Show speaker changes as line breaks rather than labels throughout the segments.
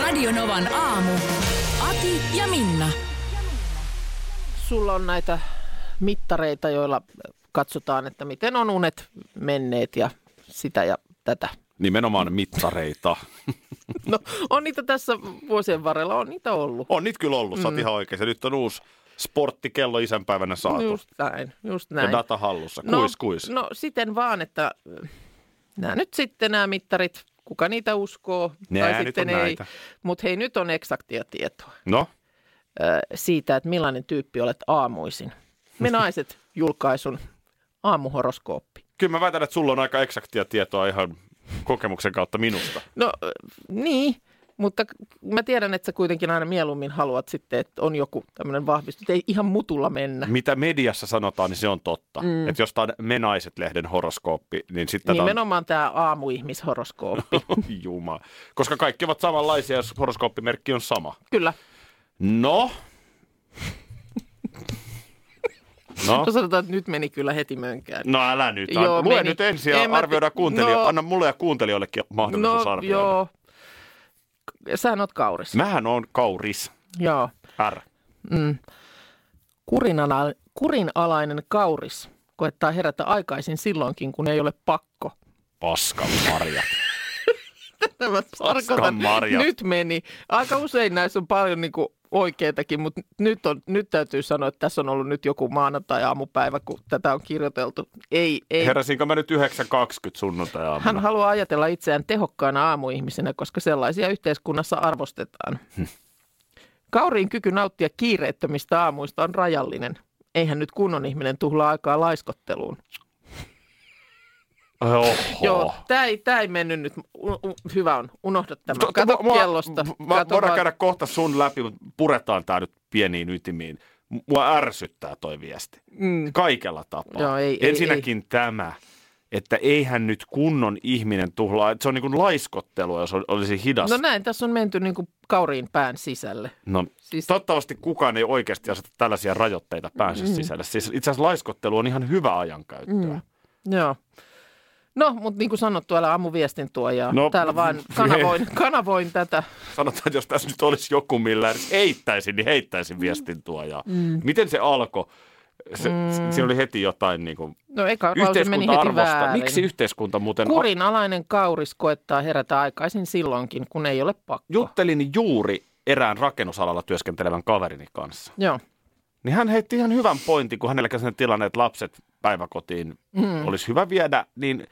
Radionovan aamu. Ati ja Minna.
Sulla on näitä mittareita, joilla katsotaan, että miten on unet menneet ja sitä ja tätä.
Nimenomaan mittareita.
No, on niitä tässä vuosien varrella, on niitä ollut.
On niitä kyllä ollut, sä oot
Mm.
ihan oikein. Se nyt on uusi sporttikello isänpäivänä saatu.
Just näin, just näin.
ja data hallussa,
no,
kuis kuis.
No siten vaan, että nämä nyt sitten nämä mittarit, kuka niitä uskoo
Nää
tai
nyt
sitten
on
ei.
näitä.
Mutta hei, nyt on eksaktia tietoa
No,
ö, siitä, että millainen tyyppi olet aamuisin. Me naiset julkaisun aamuhoroskooppi.
kyllä mä väitän, että sulla on aika eksaktia tietoa ihan kokemuksen kautta minusta.
No ö, niin, mutta k- mä tiedän, että sä kuitenkin aina mieluummin haluat sitten, että on joku tämmöinen vahvistus. Ei ihan mutulla mennä.
Mitä mediassa sanotaan, niin se on totta. Mm. Että jos tää on Me Naiset-lehden horoskooppi, niin sitten tätä on...
Nimenomaan tämä
No.
aamuihmishoroskooppi.
Jumala. Koska kaikki ovat samanlaisia, jos horoskooppimerkki on sama.
Kyllä.
No. No.
No sanotaan, että nyt meni kyllä heti mönkään.
No älä nyt.
Joo,
Joo, Lue
meni.
nyt ensin ja
En mä-
arvioida kuuntelijoille.
no-
Anna mulle ja kuuntelijoillekin mahdollisuus
no
arvioida.
joo. Sähän oot kauris.
Mähän on kauris.
Joo.
R.
Kurinala, kurinalainen kauris koettaa herätä aikaisin silloinkin, kun ei ole pakko.
Paskan marja.
Tätä mä tarkoitan.
marjat.
Nyt meni. Aika usein näissä on paljon niin oikeitakin, mutta nyt, on, nyt täytyy sanoa, että tässä on ollut nyt joku maanantai-aamupäivä, kun tätä on kirjoiteltu. Ei, ei.
Heräsinkö mä nyt 9.20 sunnuntai
Hän haluaa ajatella itseään tehokkaana aamuihmisenä, koska sellaisia yhteiskunnassa arvostetaan. Kauriin kyky nauttia kiireettömistä aamuista on rajallinen. Eihän nyt kunnon ihminen tuhlaa aikaa laiskotteluun.
Oho.
Joo, tämä ei, tää ei mennyt nyt. U- u- hyvä on, unohda tämä.
Mutta
Kato
Tuota, mua-
kellosta.
Mä,
Kato
voidaan
vaan.
käydä kohta sun läpi, mutta puretaan tää nyt pieniin ytimiin. M- Mua ärsyttää toi viesti.
Mm.
Kaikella tapaa.
Joo, ei, ei,
Ensinnäkin tämä, että eihän nyt kunnon ihminen tuhlaa. että Se on niin kuin laiskottelua, jos ol- olisi hidas.
No näin, tässä on menty niin kuin kauriin pään sisälle.
No,
Siis-
siis... toivottavasti kukaan ei oikeasti aseta tällaisia rajoitteita päänsä mm. sisälle. Siis itse asiassa laiskottelu on ihan hyvä ajankäyttöä. Mm.
Joo. No, mutta niin kuin sanottu, älä aamuviestin tuojaa. No,
No,
Täällä vaan kanavoin, kanavoin tätä.
Sanotaan, että jos tässä nyt olisi joku, millä edes heittäisin, niin heittäisin viestin tuojaa. Mm. Miten se alkoi? Se, mm. Siinä oli heti jotain niin kuin,
No eka lause meni
yhteiskunta
heti
arvostaa.
väärin.
Miksi yhteiskunta muuten...
Kurinalainen kauris koettaa herätä aikaisin silloinkin, kun ei ole pakko.
Juttelin juuri erään rakennusalalla työskentelevän kaverini kanssa.
Joo.
Niin hän heitti ihan hyvän pointin, kun hänellä käsin tilanne, että lapset päiväkotiin mm. olisi hyvä viedä, niin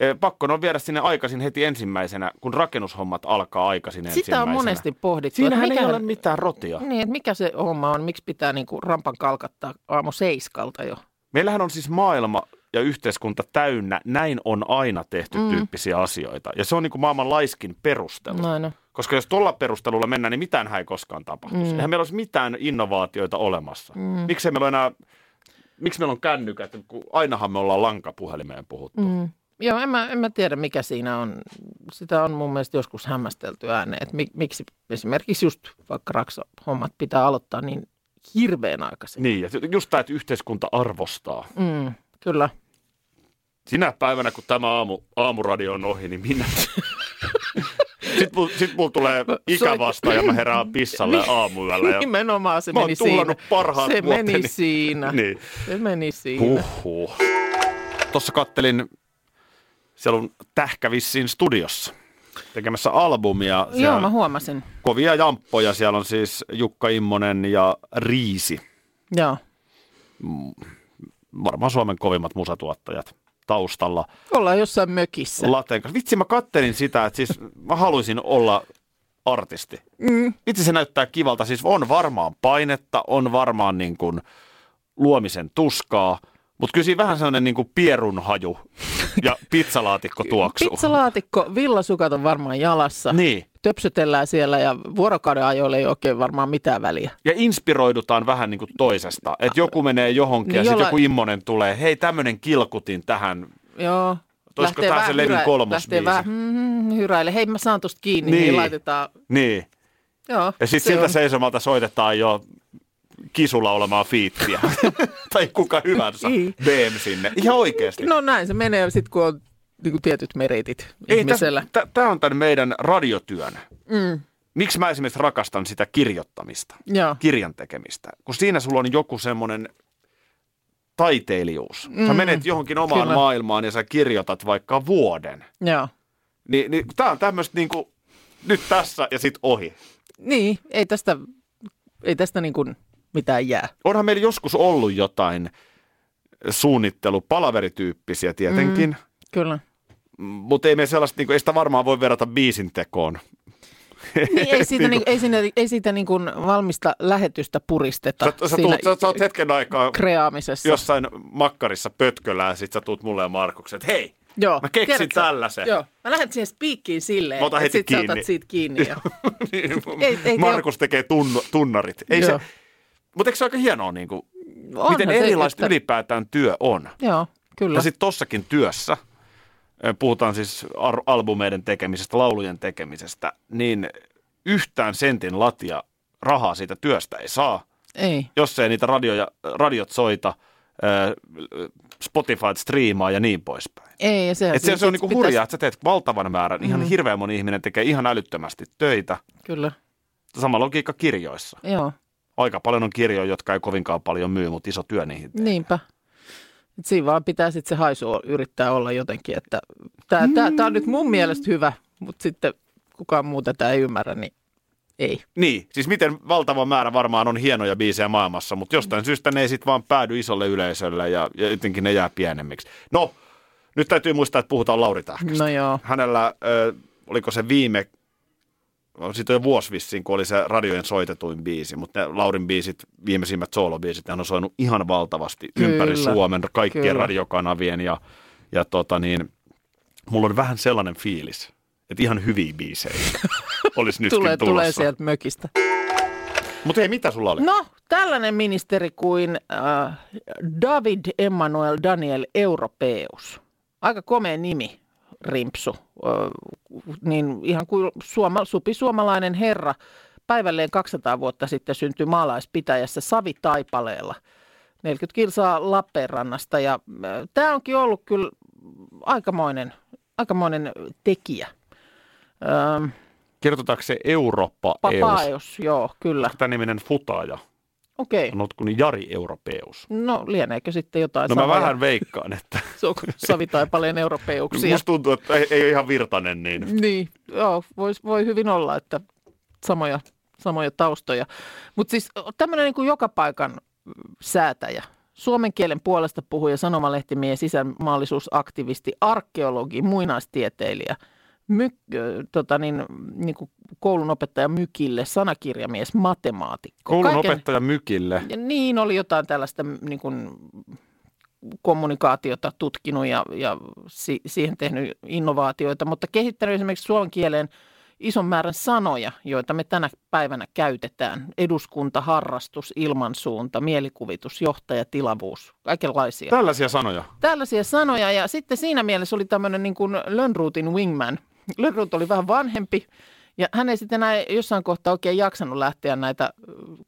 eh, pakko ne on viedä sinne aikaisin heti ensimmäisenä, kun rakennushommat alkaa aikaisin
Sitä
ensimmäisenä.
on monesti pohdittu.
Siinähän
mikä,
ei ole mitään rotia.
niin, että mikä se homma on, miksi pitää niin kuin rampan kalkattaa aamu seiskalta jo.
Meillähän on siis maailma ja yhteiskunta täynnä, näin on aina tehty mm. tyyppisiä asioita. Ja se on niin kuin maailman laiskin perustelu.
Näin on.
Koska jos tuolla perustelulla mennään, niin mitään ei koskaan tapahtuisi. Mm. Eihän meillä olisi mitään innovaatioita olemassa. Mm. Miksi meillä on enää, miksi meillä on kännykät, kun ainahan me ollaan lankapuhelimeen puhuttu. Mm.
Joo, en mä, en mä tiedä mikä siinä on. Sitä on mun mielestä joskus hämmästelty ääneen, että mik, miksi esimerkiksi just vaikka raksa-hommat pitää aloittaa niin hirveän aikaisin.
Niin, ja just tämä, että yhteiskunta arvostaa. Mm.
Mm, kyllä.
Sinä päivänä, kun tämä aamu, aamuradio on ohi, niin minä... Sitten mulla sit mul tulee ikä vastaan ja mä herään pissalle aamuyöllä. Ja...
Nimenomaan se
Mä oon
meni siinä.
tuhlannut parhaat
se
vuoteni.
meni siinä.
Niin.
Se meni siinä.
Huhhuh. Tuossa kattelin, siellä on Tähkä vissiin studiossa tekemässä albumia.
Joo,
Siellä
mä huomasin.
kovia jamppoja. Siellä on siis Jukka Immonen ja Riisi.
Joo.
Varmaan Suomen kovimmat musatuottajat taustalla.
Ollaan jossain mökissä.
Lateen kanssa. Vitsi, mä kattelin sitä, että siis mä haluaisin olla artisti. Mm. Vitsi, se näyttää kivalta. Siis on varmaan painetta, on varmaan niin kuin luomisen tuskaa, Mutta kyllä siinä vähän sellainen niin pierun haju ja pizzalaatikko tuoksu.
Pizzalaatikko, villasukat on varmaan jalassa.
Niin.
Töpsötellään siellä ja vuorokauden ajoilla ei oikein varmaan mitään väliä.
Ja inspiroidutaan vähän niin kuin toisesta. Että joku menee johonkin
Niin
ja sitten
jollain-
joku immonen tulee, hei tämmöinen kilkutin tähän.
Joo.
Olisiko tää se levyn kolmos
Lähtee
biisi?
vähän mm, hyräille. Hei, mä saan tosta kiinni, niin,
Niin.
niin laitetaan.
Niin.
Joo,
Ja
se
sitten siltä
on.
seisomalta soitetaan jo kisulla olemaan fiittiä. tai kuka hyvänsä.
Niin.
BM sinne. Ihan oikeasti.
No näin se menee sitten, kun on niin kuin tietyt meritit Ei, ihmisellä.
Tämä on tämän meidän radiotyön. Mm. Miksi mä esimerkiksi rakastan sitä kirjoittamista,
Joo.
kirjan tekemistä? Kun siinä sulla on joku semmoinen taiteilijuus. Mm. Sä menet johonkin omaan
Kyllä.
maailmaan ja sä kirjoitat vaikka vuoden.
Joo.
Ni, niin, tämä on tämmöistä niinku nyt tässä ja sitten ohi.
Niin, ei tästä, ei tästä niin kuin mitään jää.
Onhan meillä joskus ollut jotain suunnittelupalaverityyppisiä tietenkin,
Kyllä.
mm. mutta ei, me sellaista, niinku, ei sitä varmaan voi verrata biisin tekoon.
Niin, ei siitä,
Niinku-
niin, ei siinä, ei siitä niin kuin valmista lähetystä puristeta
Sä, sä, tuut, sä, sä oot hetken aikaa
kreaamisessa.
jossain makkarissa pötkölään, sit sä tuut mulle ja Markukselle, että hei,
Joo,
mä keksin
tiedätkö sä-
tällaisen.
Joo, mä lähden siihen spiikkiin silleen,
Mä otan
että
heti
sit sä
kiinni.
otat siitä kiinni. Ja... Ei- ei
Niin, Markus tekee tunnu, tunnarit. Ei se,
Joo.
mutta eikö se ole aika hienoa, niin kuin,
Onhan
miten
se,
erilaista
että-
ylipäätään työ on?
Joo, kyllä.
Ja sitten tossakin työssä, ö, puhutaan siis ar- albumeiden tekemisestä, laulujen tekemisestä, niin yhtään sentin latia rahaa siitä työstä ei saa,
Ei,
jos ei niitä radioja, radiot soita, ö, Spotify striimaa ja niin poispäin.
ei. Ja Mm-hmm. sehän
Et se, se on
sit
niinku
pitäisi-
hurjaa, että sä teet valtavan määrän. Ihan mm. hirveän moni ihminen tekee ihan älyttömästi töitä.
Kyllä,
Sama logiikka kirjoissa.
joo,
Aika paljon on kirjoja, jotka ei kovinkaan paljon myy, mutta iso työ niihin.
niinpä. Et siinä vaan pitää sitten se haisu o- yrittää olla jotenkin, että tämä tää, tää on nyt
Mm.
mun mielestä hyvä, mutta sitten kukaan muu tätä ei ymmärrä, niin ei.
Niin, siis miten valtava määrä varmaan on hienoja biisejä maailmassa, mutta jostain syystä ne ei sitten vaan päädy isolle yleisölle ja, ja jotenkin ne jää pienemmiksi. No, nyt täytyy muistaa, että puhutaan Lauri Tähkästä.
No joo,
Hänellä, ö, oliko se viime, sitten jo vuosi vissiin, kun oli se radiojen soitetuin biisi, mutta ne Laurin biisit, viimeisimmät soolobiisit, ne on soinut ihan valtavasti kyllä,
Kyllä,
ympäri Suomen, kaikkien kyllä.
kyllä.
radiokanavien ja, ja tota niin, mulla on vähän sellainen fiilis, että ihan hyviä biisejä olisi nytkin
tulee,
tulossa.
tulee sieltä mökistä.
Mutta hei, mitä sulla oli?
No, tällainen ministeri kuin äh, David Emmanuel Daniel Europeus. Aika komea nimi, rimpsu. Äh, niin ihan kuin suoma, supi suomalainen herra. Päivälleen 200 vuotta sitten syntyi maalaispitäjässä Savitaipaleella. 40 kilsaa Lappeenrannasta ja äh, tämä onkin ollut kyllä aikamoinen, aikamoinen tekijä. Ähm,
Kertotaanko se Eurooppa Eus?
Papaeus, joo, kyllä.
Tämän niminen futaaja
Okei.
on ollut kuin Jari Europeus.
No lieneekö sitten jotain
No mä
samoja?
vähän veikkaan, että
Se on kuin savitaipaleen europeuksia.
musta tuntuu, että ei, ei ole ihan virtanen niin.
Niin, joo, vois, voi hyvin olla, että samoja, samoja taustoja. Mutta siis tämmöinen niin kuin joka paikan mm, säätäjä, suomen kielen puolesta puhuja, sanomalehtimies, sisämaallisuusaktivisti, arkeologi, muinaistieteilijä, my, ö, tota niin, niin kuin koulunopettaja Mykille, sanakirjamies, matemaatikko.
Koulun
Kaiken-
opettaja Mykille.
ja niin, oli jotain tällaista niin kuin, kommunikaatiota tutkinut ja, ja si- siihen tehnyt innovaatioita, mutta kehittänyt esimerkiksi suomen kieleen ison määrän sanoja, joita me tänä päivänä käytetään. Eduskunta, harrastus, ilmansuunta, mielikuvitus, johtaja, tilavuus, kaikenlaisia
Tällaisia sanoja.
tällaisia sanoja. Ja sitten siinä mielessä oli tämmöinen niin kuin Lönnruutin wingman. Lönnruut oli vähän vanhempi ja hän ei sitten enää jossain kohtaa oikein jaksanut lähteä näitä äh,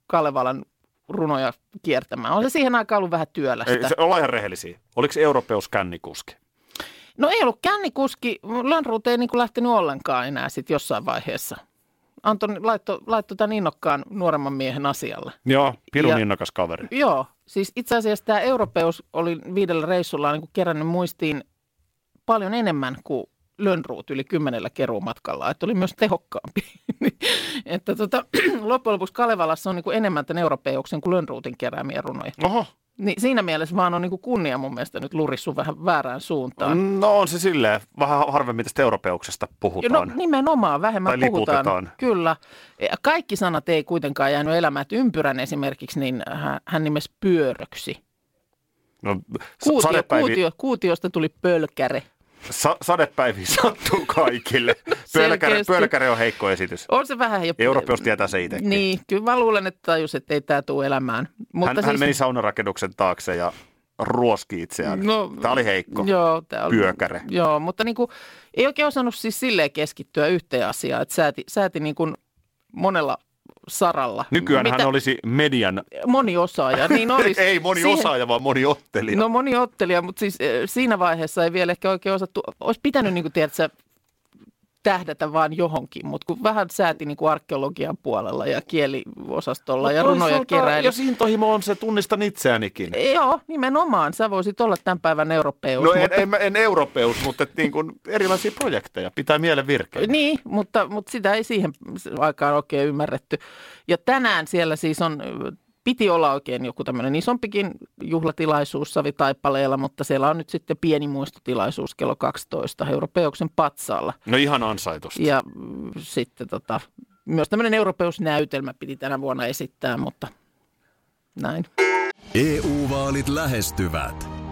Kalevalan runoja kiertämään. On se siihen aikaan ollut vähän työlästä.
Ei, se, ollaan ihan rehellisiä. Oliko se Europeus kännikuski?
No ei ollut kännikuski, Lönnruut ei niin kuin lähtenyt ollenkaan enää sitten jossain vaiheessa. Antoni laittoi laitto tämän innokkaan nuoremman miehen asialle.
Joo, pirun
Ja-
innokas kaveri.
Joo, siis itse asiassa tämä europeus oli viidellä reissulla niin kerännyt muistiin paljon enemmän kuin Lönnruut yli kymmenellä keruumatkalla, että oli myös tehokkaampi. Niin, että tota, loppujen lopuksi Kalevalassa on niin kuin enemmän tämän europeuksen kuin Lönnruutin keräämiä runoja.
Oho,
Niin siinä mielessä vaan on niin kuin kunnia mun mielestä nyt lurissu vähän väärään suuntaan.
no on se silleen. Vähän harvemmin tästä Europeuksesta
Ja No
puhutaan.
nimenomaan, vähemmän
Tai
puhutaan.
liputetaan.
Kyllä. Ja Kaikki sanat ei kuitenkaan jäänyt elämään. että Ympyrän esimerkiksi, niin hän, hän nimesi pyöröksi.
No, Kuutio,
Kuutio,
sadepäivi,
kuutio, kuutiosta tuli pölkäre.
Sa, sadepäiviä sattuu kaikille. pölkäre,
Selkeästi.
pölkäre on heikko esitys.
On se vähän jo...
Eurooppios tietää se itsekin.
Niin, kyllä mä luulen, että tajus, että ei tämä tule elämään. Mutta
Hän, siis... hän meni saunarakennuksen taakse ja ruoski itseään. No,
No,
Tämä oli heikko.
Joo, tää oli,
Pyökäre.
Joo, mutta niin kuin, ei oikein osannut siis silleen keskittyä yhteen asiaan, että sääti, sääti niin kuin monella saralla.
Nykyään hän
Mitä-
olisi median,
Moni osaaja, niin olisi.
ei moni
Siihen-
osaaja, vaan moni ottelija.
No moni ottelija, mutta siis eh, siinä vaiheessa ei vielä ehkä oikein osattu, olisi pitänyt niin kuin, tiedätkö, tähdätä vaan johonkin, mutta kun vähän sääti niin kuin arkeologian puolella ja kieliosastolla ja runoja keräili.
No Jos intohimo on se, tunnistan itseänikin.
Joo, nimenomaan. Sä voisit olla tämän päivän europeus.
No en,
mutta...
en, en europeus, mutta et niin kuin erilaisia projekteja. Pitää mielen virkeä.
Niin, mutta, mutta sitä ei siihen aikaan oikein ymmärretty. Ja tänään siellä siis on, piti olla oikein joku tämmöinen isompikin juhlatilaisuus Savitaipaleella, mutta siellä on nyt sitten pieni muistotilaisuus kello 12 Europeuksen patsaalla.
No ihan ansaitusti.
Ja mm, sitten tota, myös tämmöinen europeusnäytelmä piti tänä vuonna esittää, mutta näin.
EU-vaalit E lähestyvät.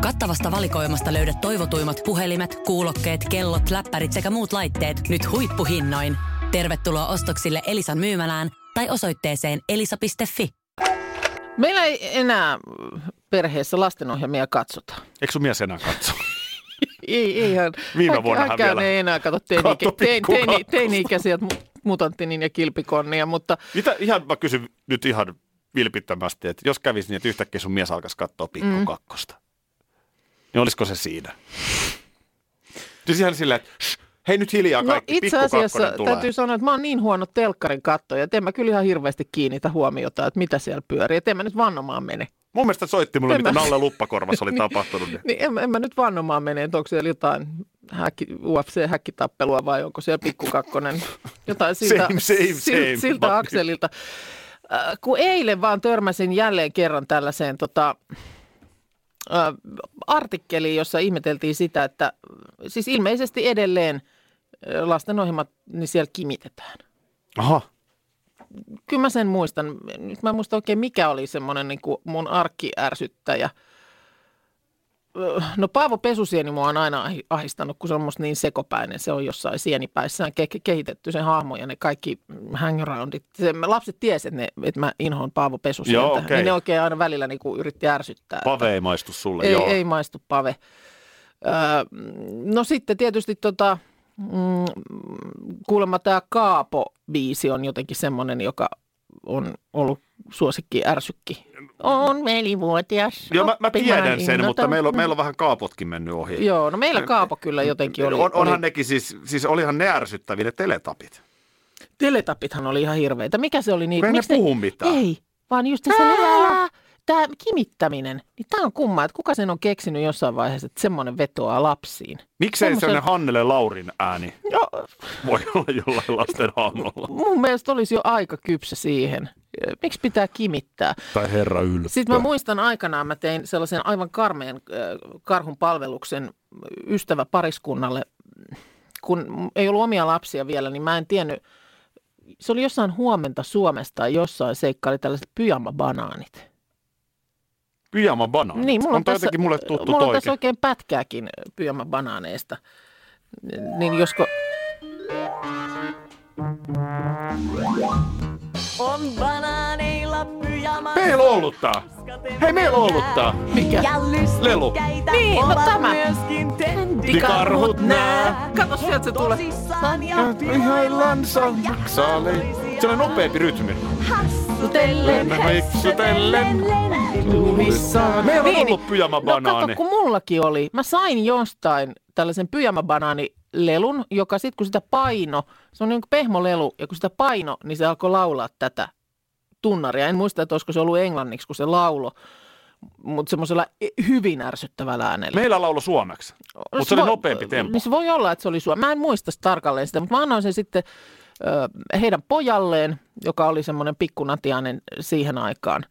Kattavasta valikoimasta löydät toivotuimmat puhelimet, kuulokkeet, kellot, läppärit sekä muut laitteet nyt huippuhinnoin. Tervetuloa ostoksille Elisan myymälään tai osoitteeseen elisa.fi.
Meillä ei enää perheessä lastenohjelmia katsota.
Eikö sun mies enää katso?
Ei, ei hän.
Viime
hän-
vuonnahan
hänkään
vielä.
ei enää kato teini,
Katso
teini,
pikku
teini,
katso.
teini-ikäisiä mu- mutanttinin ja kilpikonnia, mutta
Mitä, ihan mä kysyn nyt ihan vilpittömästi, että jos kävisi niin, että yhtäkkiä sun mies alkaisi katsoa pikku mm. kakkosta, niin olisiko se siinä? Siis ihan silleen, että shh, hei nyt hiljaa
no,
kaikki,
itse
pikku
asiassa
kakkonen tulee.
täytyy sanoa, että mä oon niin huono telkkarin kattoja, että en mä kyllä ihan hirveästi kiinnitä huomiota, että mitä siellä pyörii, että en mä nyt vannomaan mene.
Mun mielestä soitti mulle,
En
mitä
mä-
Nalle Luppakorvassa oli tapahtunut. niin
Niin en, mä- en mä nyt vannomaan mene, että onko siellä jotain häkki, UFC-häkkitappelua vai onko siellä pikkukakkonen, jotain siltä,
Same, same, same.
siltä, siltä
But-
akselilta. Äh, kun eilen vaan törmäsin jälleen kerran tällaiseen tota, äh, artikkeliin, jossa ihmeteltiin sitä, että siis ilmeisesti edelleen äh, lastenohjelmat, niin siellä kimitetään.
Aha.
Kyllä mä sen muistan. Nyt mä en muista oikein, mikä oli semmoinen niin mun arkkiärsyttäjä. Öö, No Paavo Pesusieni mua on aina ahi- ahistanut, kun se on musta niin sekopäinen. Se on jossain sienipäissään ke- kehitetty sen hahmo ja ne kaikki hangaroundit. Se, mä- lapset tiesi, että, ne, että mä inhoon Paavo Pesusientä.
Joo, okei.
Niin ne oikein aina välillä niin kuin yritti ärsyttää.
Pave ei maistu sulle,
Ei,
joo.
ei maistu pave. Öö, no sitten tietysti tota, mm, kuulemma tämä Kaapo-biisi on jotenkin semmoinen, joka on ollut suosikki ärsykki. On velivuotias.
Joo, mä, mä
oppimaan
tiedän sen, mutta
innotan.
meillä on, meillä on vähän kaapotkin mennyt ohi.
mm. Joo, no meillä Kaapo kyllä jotenkin oli.
on, onhan
oli.
nekin siis, siis olihan ne ärsyttäviä ne teletapit.
Teletapithan oli ihan hirveitä. Mikä se oli
Kun
niitä?
ei ne
ne-
puhu mitään.
Ei, vaan just se tämä kimittäminen. Niin tämä on kumma, että kuka sen on keksinyt jossain vaiheessa, että semmoinen vetoaa lapsiin.
Miksei
Semmoisen-
sellainen Hannele Laurin ääni
No,
voi olla jollain lasten hahmolla?
mun mielestä olisi jo aika kypsä siihen. Miksi pitää kimittää?
Tai Herra Ylppö.
Sitten mä muistan aikanaan, mä tein sellaisen aivan karmeen äh, karhun palveluksen ystävä pariskunnalle. Kun ei ollut omia lapsia vielä, niin mä en tiennyt. Se oli jossain huomenta Suomesta tai jossain seikkaili tällaiset pyjama-banaanit.
Pyjama banaani.
Niin, mulla on,
toi
tässä,
jotenkin mulle tuttu
mulla on
toike.
tässä oikein pätkääkin pyjama-banaaneista. Niin josko...
On banaaneilla pyjama.
Meillä on ollut tää. Hei, meillä on ollutta.
Mikä?
Lelu.
Niin, no tämä.
Myöskin
Dikarhut nää.
Kato, sieltä se tulee.
tosissaan ja
Ihaillaan saksale. Se on nopeampi rytmi.
hassutellen, hössutellen,
Meillä on
Niin,
ollut pyjama
No
banaani.
kato, kun mullakin oli. Mä sain jostain tällaisen pyjamabanaanilelun, joka sitten kun sitä paino, se on niin kuin pehmolelu, ja kun sitä paino, niin se alkoi laulaa tätä tunnaria. En muista, että olisiko se ollut englanniksi, kun se laulo, mutta semmoisella e-, hyvin ärsyttävällä äänellä.
Meillä laulo suomeksi. Mutta se oli
No voi-
nopeampi tempo.
Niin se voi olla, että se oli sua. Mä en muista sitä tarkalleen sitä, mutta mä annoin sen sitten ö, heidän pojalleen, joka oli semmoinen pikkunatiainen siihen aikaan.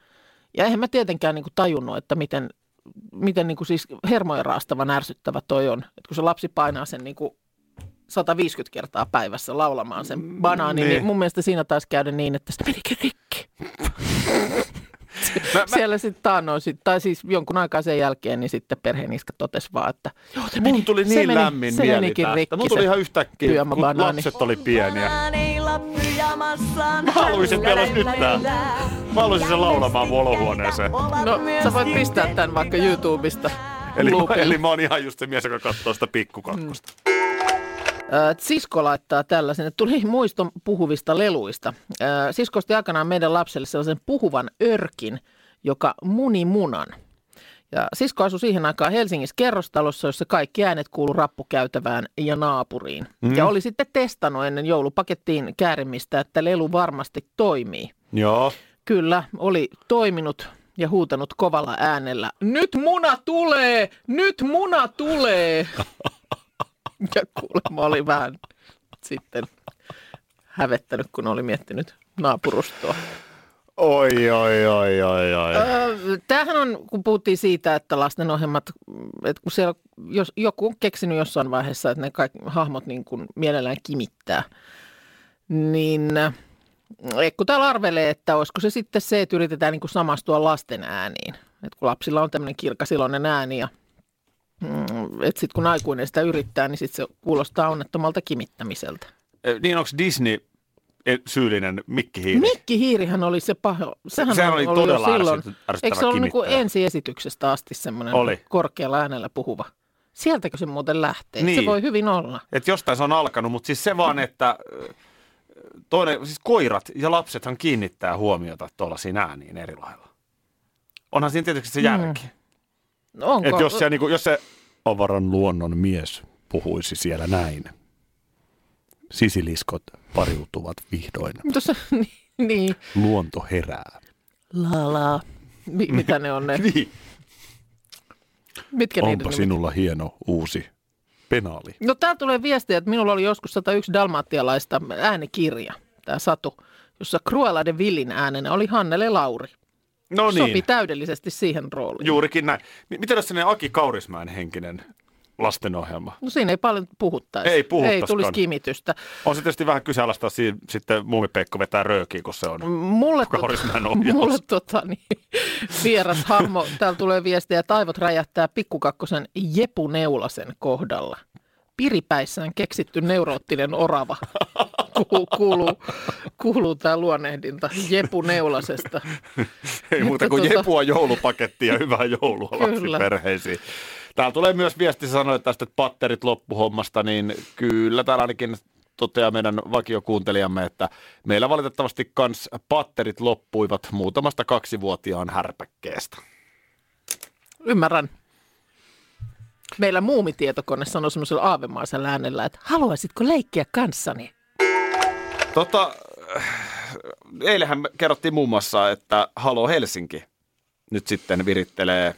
Ja eihän mä tietenkään niin kuin tajunnut, että miten, miten niin kuin siis hermojen raastavan ärsyttävä toi on. Että kun se lapsi painaa sen niin kuin 150 kertaa päivässä laulamaan sen banaani,
niin.
niin mun mielestä siinä taisi käydä niin, että se menikin rikki.
Mä, mä,
Siellä sitten taannoin, sit- tai siis jonkun aikaa sen jälkeen, niin sitten perheen iskä totesi vaan, että joo, se meni,
mun tuli
se
niin
meni,
lämmin
se
mieli
menikin
tästä.
rikki
Mun tuli
se
ihan yhtäkkiä, kun
pyjamabanaani.
lapset oli pieniä.
Banaaneilla pyjamassaan.
niin. Mä haluaisin, että meillä olisi nyt tää. Mä haluaisin sen laulamaan mun olohuoneeseen.
No, sä voit pistää tämän vaikka YouTubesta.
Eli,
loopille.
eli mä oon ihan just se mies, joka katsoo sitä pikkukakkosta.
Ö, Sisko laittaa tällaisen, että tuli muisto puhuvista leluista. Ö, Sisko osti aikanaan meidän lapselle sellaisen puhuvan örkin, joka muni munan. Ja sisko asui siihen aikaan Helsingissä kerrostalossa, jossa kaikki äänet kuulu rappukäytävään ja naapuriin. Mm. Ja oli sitten testannut ennen joulupakettiin käärimistä, että lelu varmasti toimii.
Joo.
Kyllä, oli toiminut ja huutanut kovalla äänellä. Nyt muna tulee! Nyt muna tulee! Ja kuulemma oli vähän sitten hävettänyt, kun oli miettinyt naapurustoa.
Oi, oi, oi, oi, oi.
Öö, Tämähän on, kun puhuttiin siitä, että lastenohjelmat, että kun siellä, jos joku on keksinyt jossain vaiheessa, että ne kaikki hahmot niin kuin mielellään kimittää, niin äh, kun täällä arvelee, että olisiko se sitten se, että yritetään niin kuin samastua lasten ääniin. Että kun lapsilla on tämmöinen kirkkasiloinen ääni ja mm, että sitten kun aikuinen sitä yrittää, niin sitten se kuulostaa onnettomalta kimittämiseltä.
Ö, Niin onko Disney e- syyllinen Mikki Hiiri?
Mikki Hiirihän oli se paho. Sehän,
Sehän
oli,
oli
oli
todella
jo silloin.
ärsyt- ärsyttävä
Eikö se ollut niin
kimittäjä?
ensiesityksestä asti semmoinen
Oli.
korkealla äänellä puhuva? Sieltäkö se muuten lähtee?
Niin.
Se voi hyvin olla.
Et jostain se on alkanut, mutta siis se vaan, että ö, toinen, siis koirat ja lapsethan kiinnittää huomiota tuollaisiin ääniin eri lailla. Onhan siinä tietysti se järki. Mm.
No Onko?
Et jos, se, niin kuin, jos se avaran luonnon mies puhuisi siellä näin. Sisiliskot pariutuvat vihdoin.
Tuossa, niin, niin.
Luonto herää.
La, la. Mi- mitä ne on ne?
Niin.
Mitkä niiden nimet?
hieno uusi penaali.
No tää tulee viestiä, että minulla oli joskus 101 dalmatialaista äänikirja, tämä Satu, jossa Cruella de Villin äänenä oli Hannele Lauri.
No niin.
Sopi täydellisesti siihen rooliin.
Juurikin näin. M- Miten jos sellainen Aki Kaurismäen henkinen lastenohjelma?
No siinä ei paljon puhuttaisi.
Ei
Ei tulisi
puhuttaisikaan.
kimitystä.
On se tietysti vähän kyseenalaista, siinä sitten Muumipeikko vetää röökiä, kun se on.
Mulle, tota-
Kaurismäen ohjaus.
mulle tota, niin, vieras hahmo, täällä tulee viestiä, että aivot räjähtää pikkukakkosen Jepu Neulasen kohdalla. Piripäissään keksitty neuroottinen orava. Kuuluu, kuuluu, kuuluu tämä luonehdinta Jepu Neulasesta.
Ei muuta kuin
Mutta tota-
jepua joulupakettia ja hyvää joulua
Kyllä.
lapsiperheisiin. Täällä tulee myös viesti sanoa tästä, että patterit loppuhommasta, niin kyllä täällä ainakin toteaa meidän vakiokuuntelijamme, että meillä valitettavasti kans patterit loppuivat muutamasta kaksivuotiaan härpäkkeestä.
Ymmärrän. Meillä muumitietokone sanoi semmoisella aavemaisella äänellä, että haluaisitko leikkiä kanssani?
Tota, äh, eilähän me kerrottiin muun muassa, että Halo Helsinki nyt sitten virittelee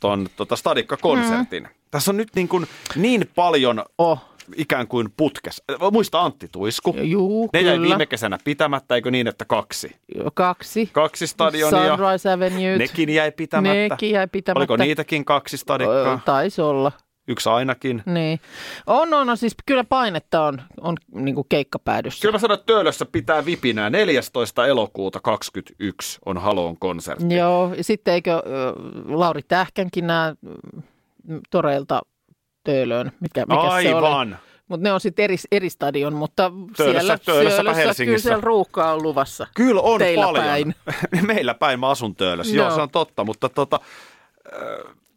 ton tota Stadikka-konsertin. Mm. Tässä on nyt niin, kuin niin paljon
Oh,
ikään kuin putkes. Äh, Muista Antti Tuisku.
juu,
ne jäi
kyllä.
viime kesänä pitämättä, eikö niin, että kaksi?
Kaksi.
Kaksi stadionia.
Sunrise Avenue.
Nekin jäi pitämättä.
Nekin jäi pitämättä.
Oliko niitäkin kaksi
Ö,
stadikkaa?
Taisi olla,
Yksi ainakin.
niin. On, on, on, siis kyllä painetta on, on niin kuin keikkapäädyssä.
Kyllä mä sanon, että Töölössä pitää vipinää. 14. elokuuta 2021 on Haloon konsertti.
Joo, ja sitten eikö ö, Lauri Tähkänkin nämä mm, toreilta töölöön, mikä, mikä se oli?
Aivan.
Mutta ne on sitten eri, eri stadion, mutta
Töölössä-
siellä
Töölössäpä
Töölössä kyllä
Helsingissä.
siellä ruuhkaa on luvassa.
Kyllä on
Teillä
paljon.
päin. No.
Meillä päin mä asun töölössä. Joo.
Joo.
se on totta, mutta tota,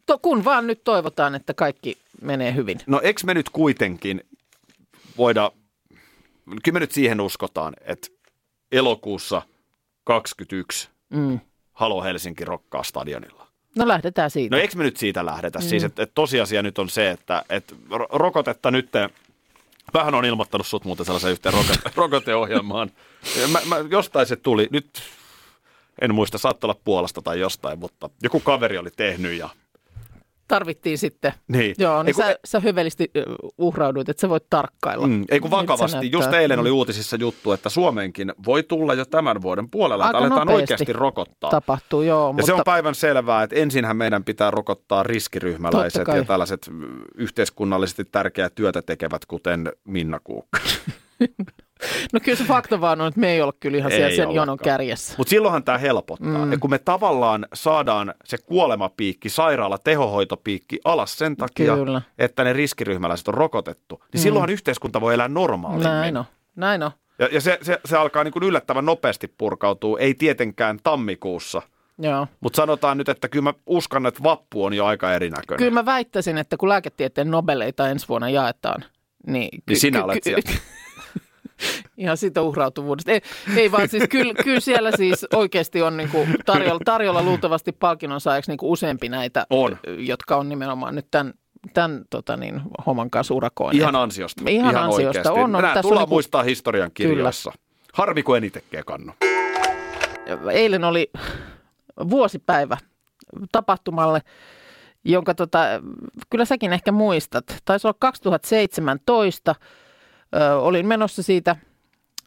To, kun vaan nyt toivotaan, että kaikki menee hyvin.
no eks me nyt kuitenkin voida, kyllä me nyt siihen uskotaan, että elokuussa 21
Mm.
Halo Helsinki rokkaa stadionilla.
No lähdetään siitä.
No eikö me nyt siitä lähdetä? Mm. Siis et, et tosiasia nyt on se, että et ro- rokotetta nyt... Vähän on ilmoittanut sut muuten sellaisen yhteen rokote- rokoteohjelmaan. Ja Mä, mä, jostain se tuli. Nyt en muista, saattaa olla Puolasta tai jostain, mutta joku kaveri oli tehnyt ja...
Tarvittiin sitten.
Niin.
Joo,
Ei
niin
kun-
sä, sä hyvellisesti ö, uhrauduit, että sä voit tarkkailla.
Mm, ei kun
Miltä se
vakavasti.
näyttää.
Just eilen
Mm.
oli uutisissa juttu, että Suomeenkin voi tulla jo tämän vuoden puolella,
Aika
että aletaan
nopeasti
oikeasti rokottaa.
Tapahtuu, joo.
Ja
mutta
se on päivän selvää, että ensinhän meidän pitää rokottaa
Totta
riskiryhmäläiset
kai.
ja tällaiset mm, yhteiskunnallisesti tärkeää työtä tekevät, kuten Minna Kuukka.
No kyllä se fakta vaan on, että me ei olla kyllä ihan siellä
Ei
sen jonon
ollakaan.
kärjessä.
Mutta silloinhan tämä helpottaa. Mm. Ja kun me tavallaan saadaan se kuolemapiikki, sairaala, tehohoitopiikki alas sen takia,
Kyllä. Mm.
että ne riskiryhmäläiset on rokotettu, niin silloinhan yhteiskunta voi elää normaalimmin.
Näin on, näin on.
Ja, ja se, se, se alkaa niin kuin yllättävän nopeasti purkautua, ei tietenkään tammikuussa.
Joo.
Mutta sanotaan nyt, että kyllä mä uskon, että vappu on jo aika erinäköinen.
Kyllä mä väittäisin, että kun lääketieteen nobeleita ensi vuonna jaetaan, niin... Ky-
Niin sinä
ky-
olet
ky-
siellä.
Ihan siitä uhrautuvuudesta. Ei, ei vaan siis, kyllä, kyllä siellä siis oikeasti on niinku tarjolla, tarjolla luultavasti palkinnon saajaksi niinku useampi näitä,
On.
jotka on nimenomaan nyt tämän, tämän tota niin, homman kanssa urakoineet.
Ihan ansiosta.
Ihan ansiosta.
oikeasti.
On, on.
Nämä
Tässä
tullaan
on niinku-
muistaa historian kirjoissa. Harmi, kun en itsekään kannu.
eilen oli vuosipäivä tapahtumalle, jonka tota, kyllä säkin ehkä muistat. Taisi olla 2017. Ö, olin menossa siitä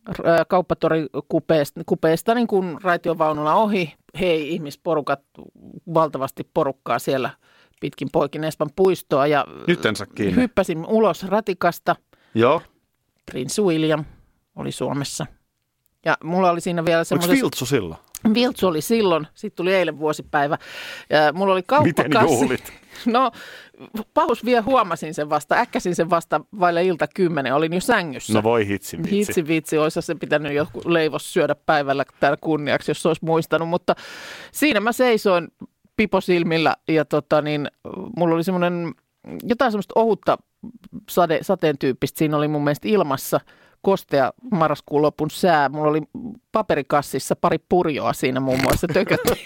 ö, kauppatorikupeesta kupeesta, niin kun raitiovaunulla ohi. Hei ihmisporukat, valtavasti porukkaa siellä pitkin poikin Espan puistoa ja
Nyt en saa kiinni.
hyppäsin ulos ratikasta –
Joo.
Prince William oli Suomessa. Ja mulla oli siinä vielä
Oliko
semmoisessa...
Viltsu silloin?
Viltsu oli silloin, sitten tuli eilen vuosipäivä. Ja mulla oli kauppakassi.
Miten juhlit?
No, pahus vielä huomasin sen vasta, äkkäsin sen vasta vaille ilta kymmenen, olin jo sängyssä.
No voi hitsi
Hitsi vitsi, olisi se pitänyt joku leivos syödä päivällä täällä kunniaksi, jos olisi muistanut, mutta siinä mä seisoin piposilmillä ja tota niin, mulla oli semmoinen jotain semmoista ohutta sade, sateen tyyppistä, siinä oli mun mielestä ilmassa kostea marraskuun lopun sää. Mulla oli paperikassissa pari purjoa siinä muun muassa tököttiin.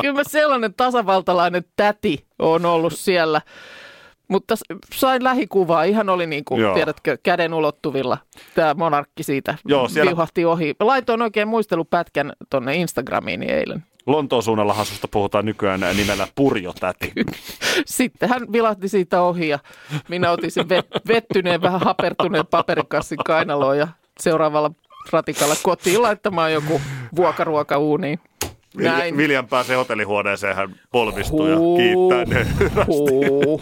Kyllä mä sellainen tasavaltalainen täti on ollut siellä. Mutta s- sain lähikuvaa, ihan oli niin kuin,
Joo.
tiedätkö, käden ulottuvilla tämä monarkki siitä
Joo, siellä-
viuhahti ohi. Laitoin oikein muistelupätkän tonne Instagramiin eilen.
Lontoon suunnalla hasusta puhutaan nykyään nimellä Purjotäti.
Sitten hän vilahti siitä ohi ja minä otin sen vet- vettyneen, vähän hapertuneen paperikassin kainaloon ja seuraavalla ratikalla kotiin laittamaan joku vuokaruoka uuniin. Näin.
Viljan pääsee hotellihuoneeseen, hän polvistuu
Huh. Huh.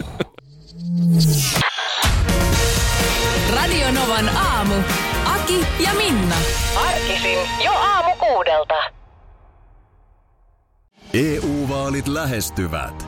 Radio Novan aamu. Aki ja Minna.
Arkisin jo aamu kuudelta.
EU-vaalit E lähestyvät.